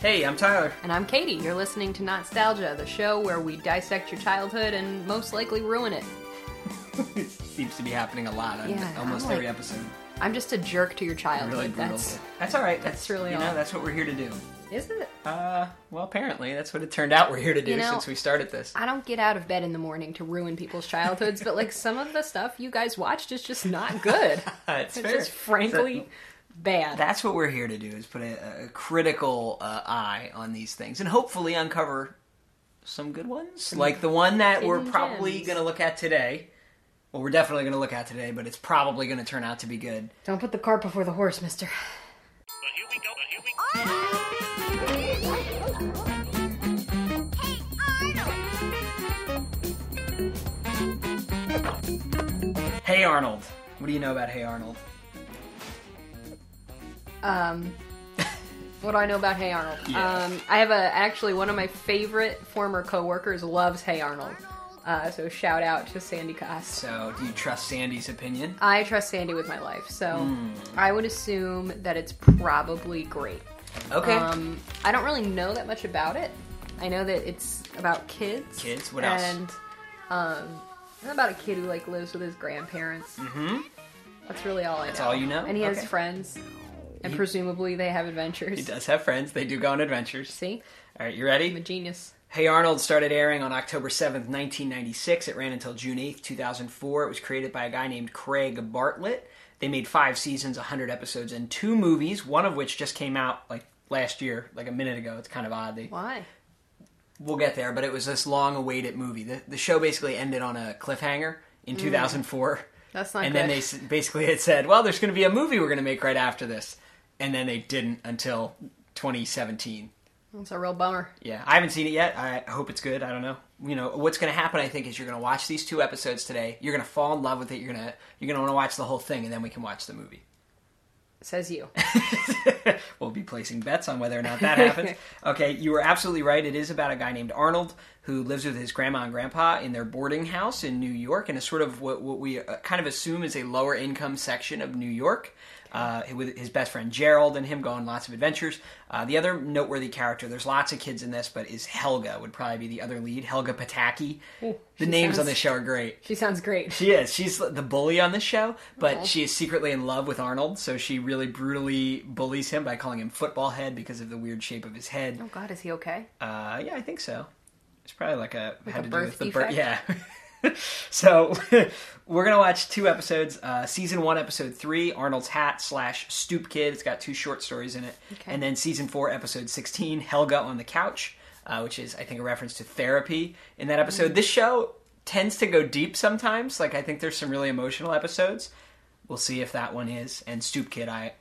Hey, I'm Tyler. And I'm Katie. You're listening to Nostalgia, the show where we dissect your childhood and most likely ruin it. it seems to be happening a lot on Yeah, almost I'm like- every episode. I'm just a jerk to your childhood. Really brutal. That's That's all right. that's really you know all. that's what we're here to do. is it? Uh, well, apparently that's what it turned out we're here to do You know- since we started this. I don't get out of bed in the morning to ruin people's childhoods, but like some of the stuff you guys watched is just not good. Uh, it's It's fair. just frankly bad. That's what we're here to do is put a, a critical uh, eye on these things and hopefully uncover some good ones, like the one that we're hidden probably gems. going to look at today. Well, we're definitely going to look at today, but it's probably going to turn out to be good. Don't put the cart before the horse, mister. But here we go. But here we go. Ah! Hey Arnold, what do you know about Hey Arnold? Um, what do I know about Hey Arnold? Yeah. Um, I have a actually one of my favorite former coworkers loves Hey Arnold. Uh, so shout out to Sandy Cost. So, do you trust Sandy's opinion? I trust Sandy with my life, so Hmm. I would assume that it's probably great. Okay. Um, I don't really know that much about it. I know that it's about kids. Kids? What else? And um, it's about a kid who like lives with his grandparents. hmm That's really all I know. all you know? And he has Okay. friends, and He- presumably they have adventures. He does have friends. They do go on adventures. See, All right, you I'm a ready? genius. Hey Arnold started airing on October 7th, 1996. It ran until June 8th, 2004. It was created by a guy named Craig Bartlett. They made five seasons, 100 episodes, and two movies, one of which just came out like last year, like a minute ago. It's kind of odd. They, Why? we'll get there, but it was this long awaited movie. The, the show basically ended on a cliffhanger in 2004. That's Mm. not And good. then they s- basically had said, well, there's going to be a movie we're going to make right after this. And then they didn't until 2017. That's a real bummer. Yeah, I haven't seen it yet. I hope it's good. I don't know. You know what's going to happen? I think is you're going to watch these two episodes today. You're going to fall in love with it. You're gonna you're going to want to watch the whole thing, and then we can watch the movie. Says you. we'll be placing bets on whether or not that happens. okay, you were absolutely right. It is about a guy named Arnold who lives with his grandma and grandpa in their boarding house in New York, in a sort of what, what we uh, kind of assume is a lower income section of New York. Uh, with his best friend Gerald and him go on lots of adventures. Uh, the other noteworthy character, there's lots of kids in this, but is Helga would probably be the other lead. Helga Pataki. the she names on sounds- this show are great. She sounds great. She is. She's the bully on the show, but she is secretly in love with Arnold, so she really brutally bullies him by calling him football head because of the weird shape of his head. Oh God, is he okay? Uh, yeah, I think so. It's probably like a had to a do birth with the birth. Yeah. defect? so we're gonna watch two episodes. Uh, season one, episode three, Arnold's hat slash stoop kid. It's got two short stories in it, Okay. and then season four, episode sixteen, Helga on the couch, uh, which is I think a reference to therapy in that episode. Mm. This show tends to go deep sometimes. Like I think there's some really emotional episodes. We'll see if that one is. And stoop kid, I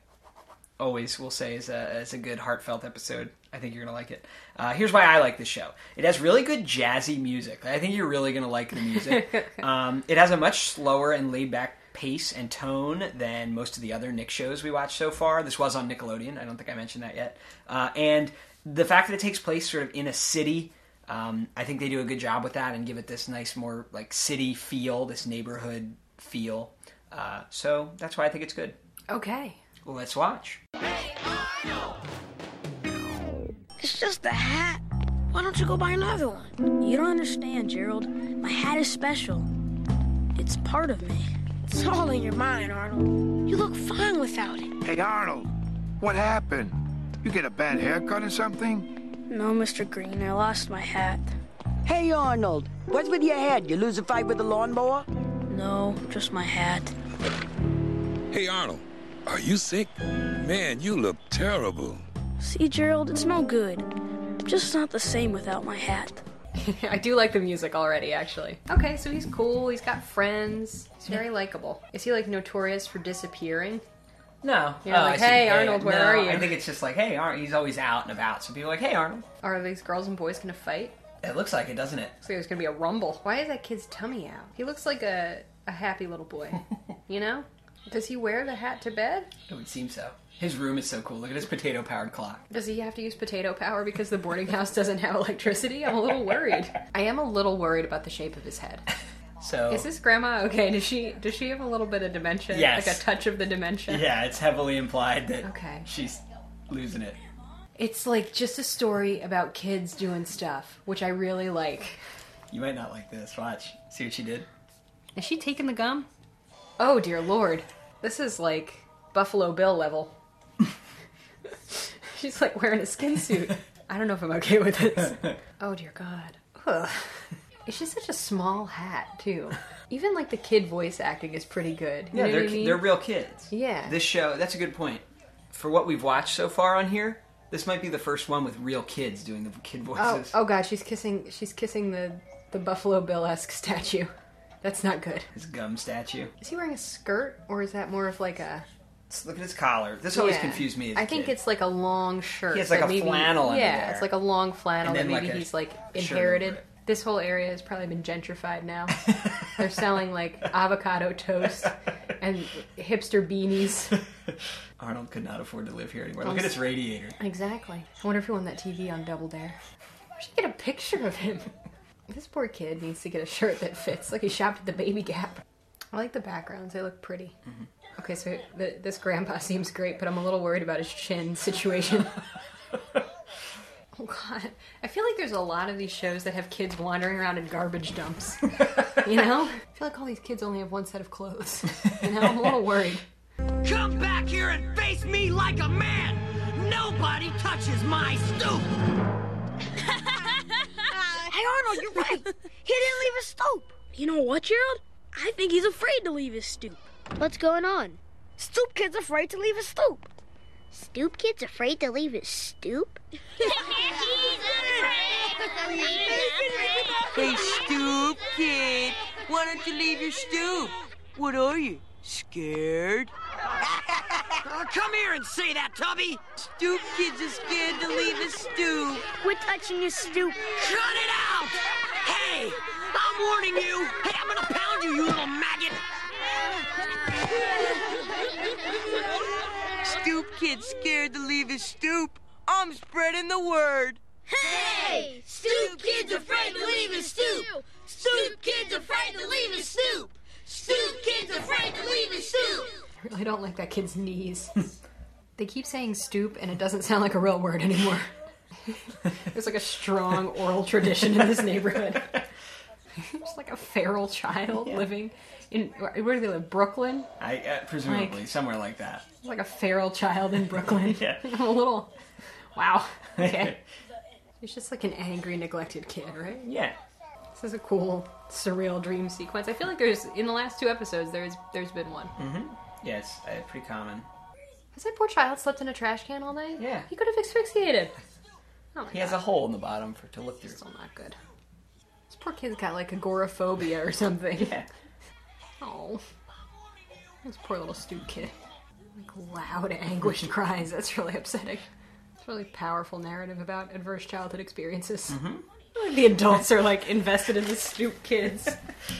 always will say is a, is a good heartfelt episode. I think you're going to like it. Uh, here's why I like this show. It has really good jazzy music. I think you're really going to like the music. um, it has a much slower and laid back pace and tone than most of the other Nick shows we watched so far. This was on Nickelodeon. I don't think I mentioned that yet. Uh, and the fact that it takes place sort of in a city. Um, I think they do a good job with that and give it this nice, more like city feel, this neighborhood feel. Uh, so that's why I think it's good. Okay. Well, let's watch. It's just a hat. Why don't you go buy another one? You don't understand, Gerald. My hat is special. It's part of me. It's all in your mind, Arnold. You look fine without it. Hey, Arnold, what happened? You get a bad haircut or something? No, Mr. Green, I lost my hat. Hey, Arnold, what's with your head? You lose a fight with a lawnmower? No, just my hat. Hey, Arnold, are you sick? Man, you look terrible. See, Gerald, it's no good. I'm just not the same without my hat. I do like the music already, actually. Okay, so he's cool. He's got friends. He's very likable. Is he like notorious for disappearing? No. Oh, You're like, "Hey, Arnold, where no, are you?" I think it's just like, hey, Arnold. He's always out and about. So people are like, hey, Arnold. Are these girls and boys gonna fight? It looks like it, doesn't it? Looks like there's gonna be a rumble. Why is that kid's tummy out? He looks like a, a happy little boy. you know? Does he wear the hat to bed? It would seem so. His room is so cool. Look at his potato powered clock. Does he have to use potato power because the boarding house doesn't have electricity? I'm a little worried. I am a little worried about the shape of his head. So. Is this grandma okay? Does she does she have a little bit of dementia? Yes. Like a touch of the dementia? yeah, it's heavily implied that Okay. she's losing it. It's like just a story about kids doing stuff, which I really like. You might not like this. Watch. See what she did? Is she taking the gum? Oh dear lord. This is like Buffalo Bill level. She's like wearing a skin suit. I don't know if I'm okay with this. Oh dear god. Ugh. It's just such a small hat too. Even like the kid voice acting is pretty good. You Yeah, know they're, what I mean? they're real kids. Yeah. This show, that's a good point. For what we've watched so far on here, this might be the first one with real kids doing the kid Oh, voices. oh god, she's kissing she's kissing the the Buffalo Bill esque statue. That's not good. His gum statue. Is he wearing a skirt or is that more of like a Just look at his collar. This always Yeah. confused me. As a I think kid. it's like a long shirt. He has, like, that a maybe- flannel under Yeah, there. it's like a long flannel And that then, maybe like, a he's like shirt over inherited. it. This whole area has probably been gentrified now. They're selling like avocado toast and hipster beanies. Arnold could not afford to live here anymore. Look at his radiator. Exactly. I wonder if he won that TV on Double Dare. We should get a picture of him. This poor kid needs to get a shirt that fits. Like he shopped at the Baby Gap. I like the backgrounds. They look pretty. Okay, so the, this grandpa seems great, but I'm a little worried about his chin situation. oh god, I feel like there's a lot of these shows that have kids wandering around in garbage dumps. you know, I feel like all these kids only have one set of clothes. You know, I'm a little worried. Come back here and face me like a man! Nobody touches my stoop! Hey, Arnold, you're right. He didn't leave his stoop. You know what, Gerald? I think he's afraid to leave his stoop. What's going on? Stoop kid's afraid to leave his stoop. Stoop kid's afraid to leave his stoop? Hey, stoop kid! Why don't you leave your stoop? What are you? Scared? Uh, come here and say that, Tubby! Stoop kids are scared to leave his stoop. We're touching his stoop. Cut it out! Hey! I'm warning you! Hey, I'm gonna pound you, you little maggot! Stoop kid scared to leave his stoop. I'm spreading the word. Hey! Stoop kid's afraid to leave his stoop! Stoop kid's afraid to leave his stoop! Stoop kid's afraid to leave his stoop! I really don't like that kid's knees. they keep saying stoop, and it doesn't sound like a real word anymore. There's like a strong oral tradition in this neighborhood. Just like a feral child living in where do they live? Brooklyn. I uh, presumably Like- somewhere like that. It's like a feral child in Brooklyn. Yeah. I'm a little. Wow. Okay. He's just like an angry, neglected kid, right? Yeah. This is a cool, surreal dream sequence. I feel like there's in the last two episodes there's there's been one. Mm. Yeah, it's uh, pretty common. Has that poor child slept in a trash can all night? Yeah. He could have asphyxiated. Oh my He has a god. hole in the bottom for to look through. Still not good. This poor kid's got like agoraphobia or something. Yeah. Oh. This poor little stoop kid. Like loud, anguished cries. That's really upsetting. It's a really powerful narrative about adverse childhood experiences. Mm-hmm. Like the adults are like invested in the stoop kids.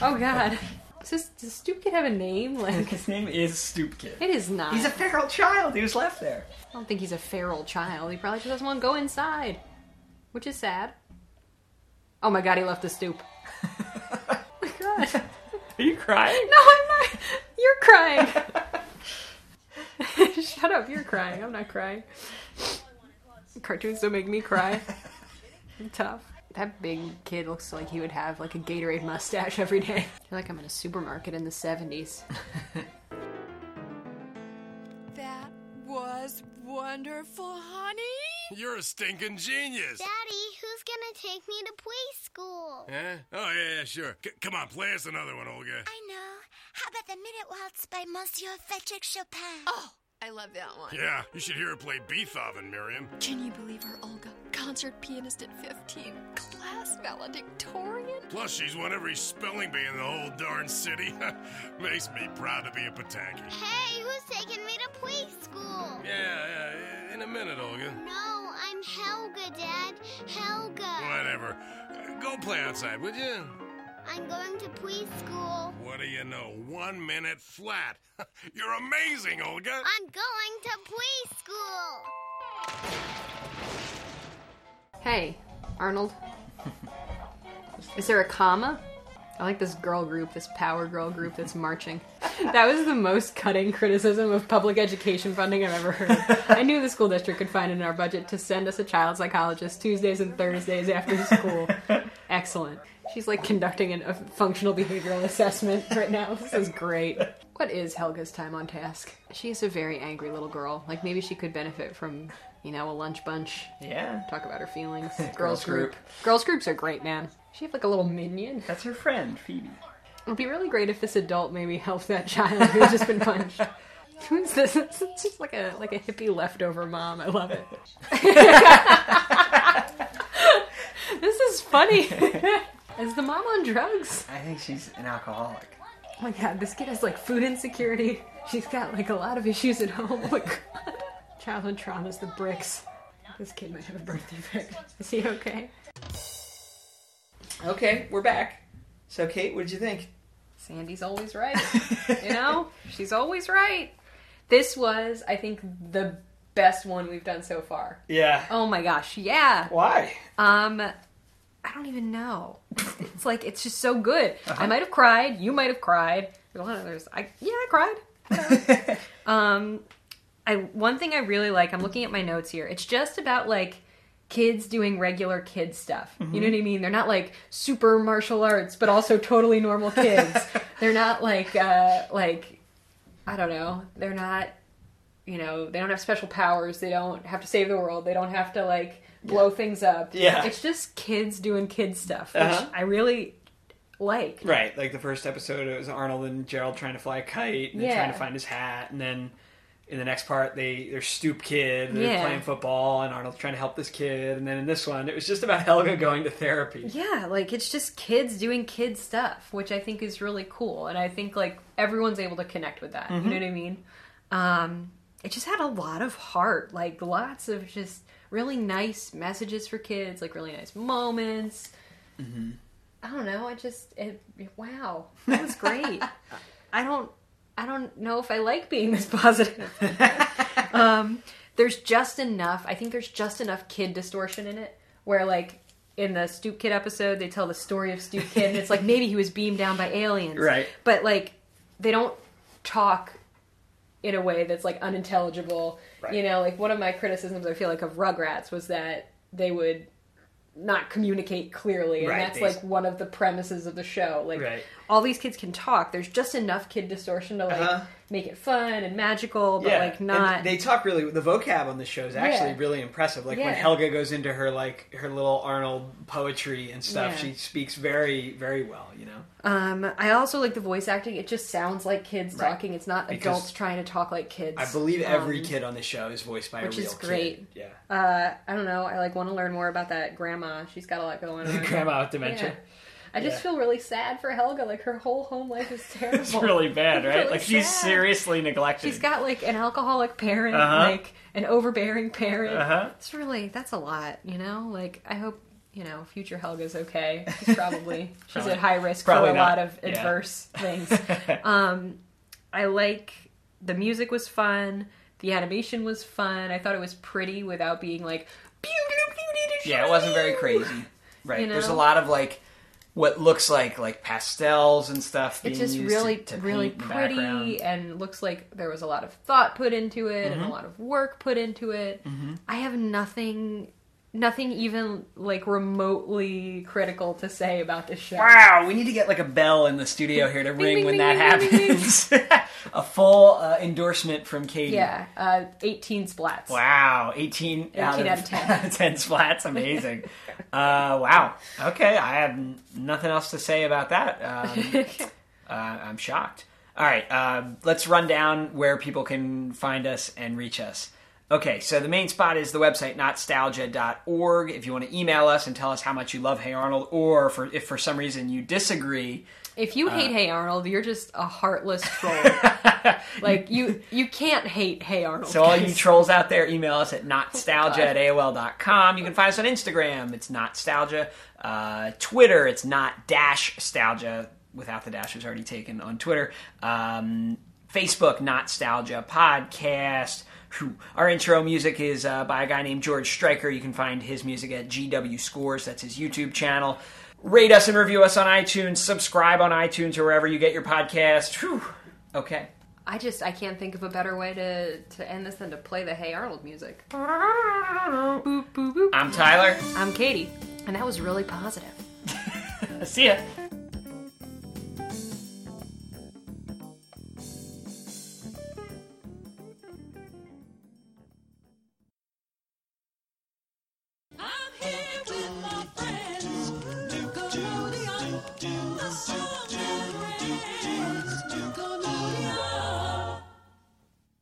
oh god. Does, this, does stoop kid have a name? Like, His name is Stoop Kid. it is not. He's a feral child. He was left there. I don't think he's a feral child. He probably just doesn't want to go inside, which is sad. Oh my god, he left the stoop. oh my god. Are you crying? No, I'm not. You're crying. Shut up, you're crying. I'm not crying. Cartoons don't make me cry. I'm tough. That big kid looks like he would have like a Gatorade mustache every day. I feel like I'm in a supermarket in the 70s. That was wonderful, honey. You're a stinking genius. Daddy, who's gonna take me to play school? Huh? Oh, yeah, yeah, sure. C- come on, play us another one, Olga. I know. How about the Minute Waltz by Monsieur Frederick Chopin? Oh, I love that one. Yeah, you should hear her play Beethoven, Miriam. Can you believe her, Olga? Concert pianist at 15, class valedictorian? Plus, she's won every spelling bee in the whole darn city. Makes me proud to be a Pataki. Hey, who's taking me to play school? Yeah, yeah, in a minute, Olga. No, I'm Helga, Dad. Helga. Whatever. Uh, Go play outside, would you? I'm going to play school. What do you know? One minute flat. You're amazing, Olga. I'm going to play school. Hey, Arnold. Is there a comma? I like this girl group, this power girl group that's marching. That was the most cutting criticism of public education funding I've ever heard. I knew the school district could find it in our budget to send us a child psychologist Tuesdays and Thursdays after school. Excellent. She's like conducting an, a functional behavioral assessment right now. This is great. What is Helga's time on task? She is a very angry little girl. Like maybe she could benefit from, you know, a lunch bunch. Yeah. Talk about her feelings. Girls, Girls group. group. Girls groups are great, man. She have like a little minion. That's her friend, Phoebe. It would be really great if this adult maybe helped that child who's just been punched. Who's this? It's just like a like a hippie leftover mom. I love it. this is funny. is the mom on drugs? I think she's an alcoholic. Oh my god, this kid has like food insecurity. She's got like a lot of issues at home. Oh my god. Childhood traumas, the bricks. This kid might have a birth defect. Is he okay? Okay, we're back. So, Kate, what did you think? Sandy's always right. you know, she's always right. This was, I think, the best one we've done so far. Yeah. Oh my gosh, yeah. Why? Um, I don't even know. It's like it's just so good. Uh-huh. I might have cried. You might have cried. There's a lot of others. I yeah, I cried. Whatever. um, I one thing I really like. I'm looking at my notes here. It's just about like kids doing regular kid stuff. You Mm-hmm. know what I mean? They're not like super martial arts, but also totally normal kids. They're not like uh like I don't know. They're not you know, they don't have special powers. They don't have to save the world. They don't have to like blow things up. Yeah. It's just kids doing kid stuff, which Uh-huh. I really like. Right, like the first episode, it was Arnold and Gerald trying to fly a kite and Yeah. then trying to find his hat, and then in the next part, they they're stoop kid and they're Yeah. playing football, and Arnold's trying to help this kid, and then in this one, it was just about Helga going to therapy. Yeah, like it's just kids doing kid stuff, which I think is really cool. And I think like everyone's able to connect with that. You know what I mean? Um, it just had a lot of heart, like lots of just really nice messages for kids, like really nice moments. I don't know. I just it, wow, that was great. I don't I don't know if I like being this positive. um, there's just enough. I think there's just enough kid distortion in it where like in the Stoop Kid episode they tell the story of Stoop Kid and it's like maybe he was beamed down by aliens. Right. But like they don't talk in a way that's like unintelligible. You know, like one of my criticisms I feel like of Rugrats was that they would not communicate clearly and Right, that's they- like one of the premises of the show. Like Right. all these kids can talk. There's just enough kid distortion to like Uh-huh. make it fun and magical, but like not. And they talk really. The vocab on the show is actually Yeah. really impressive. Like Yeah. when Helga goes into her like her little Arnold poetry and stuff, Yeah. she speaks very very well. You know, um, I also like the voice acting. It just sounds like kids Right. talking. It's not Because- adults trying to talk like kids. I believe every Um, kid on the show is voiced by which a real is great. kid. Uh, I don't know. I like want to learn more about that grandma. She's got a lot going Yeah, on. grandma with Yeah. dementia. I just Yeah. feel really sad for Helga. Like her whole home life is terrible. It's really bad, It's right? really like she's sad. seriously neglected. She's got like an alcoholic parent, Uh-huh. like an overbearing parent. Uh-huh. It's really that's a lot, you know. Like I hope you know future Helga's okay. She's probably she's Probably- at high risk for probably a not. lot of Yeah. adverse things. Um, I like the music was fun. The animation was fun. I thought it was pretty without being like. Yeah, it wasn't very crazy. Right. You There's a know? lot of like what looks like like pastels and stuff. It's being just used really, to, to really paint the background. Mm-hmm. pretty and looks like there was a lot of thought put into it and a lot of work put into it. I have nothing, nothing even like remotely critical to say about this show. Wow, we need to get like a bell in the studio here to ring ding, when ding, that ding, ding, ding. happens. a full uh, endorsement from Katie. Yeah, uh, 18 splats. Wow, 18, 18 out of 10. out of 10 splats. Amazing. uh, wow. Okay, I have n- nothing else to say about that. Um, uh, I'm shocked. All right, uh, let's run down where people can find us and reach us. Okay, so the main spot is the website nostalgia.org. If you want to email us and tell us how much you love Hey Arnold, or for, if for some reason you disagree, If you Uh. hate Hey Arnold, you're just a heartless troll. like you, you can't hate Hey Arnold. So all you guys. trolls out there, email us at notstalgia God. at AOL.com. You can find us on Instagram. It's notstalgia. Uh, Twitter, it's not dash stalgia. Without the dash, it was already taken on Twitter. Um, Facebook, notstalgia podcast. Whew. Our intro music is uh, by a guy named George Stryker. You can find his music at GW Scores. That's his YouTube channel. Rate us and review us on iTunes. Subscribe on iTunes or wherever you get your podcast. Whew. Okay. I just I can't think of a better way to to end this than to play the Hey Arnold music. I'm Tyler. I'm Katie, and that was really positive. See ya.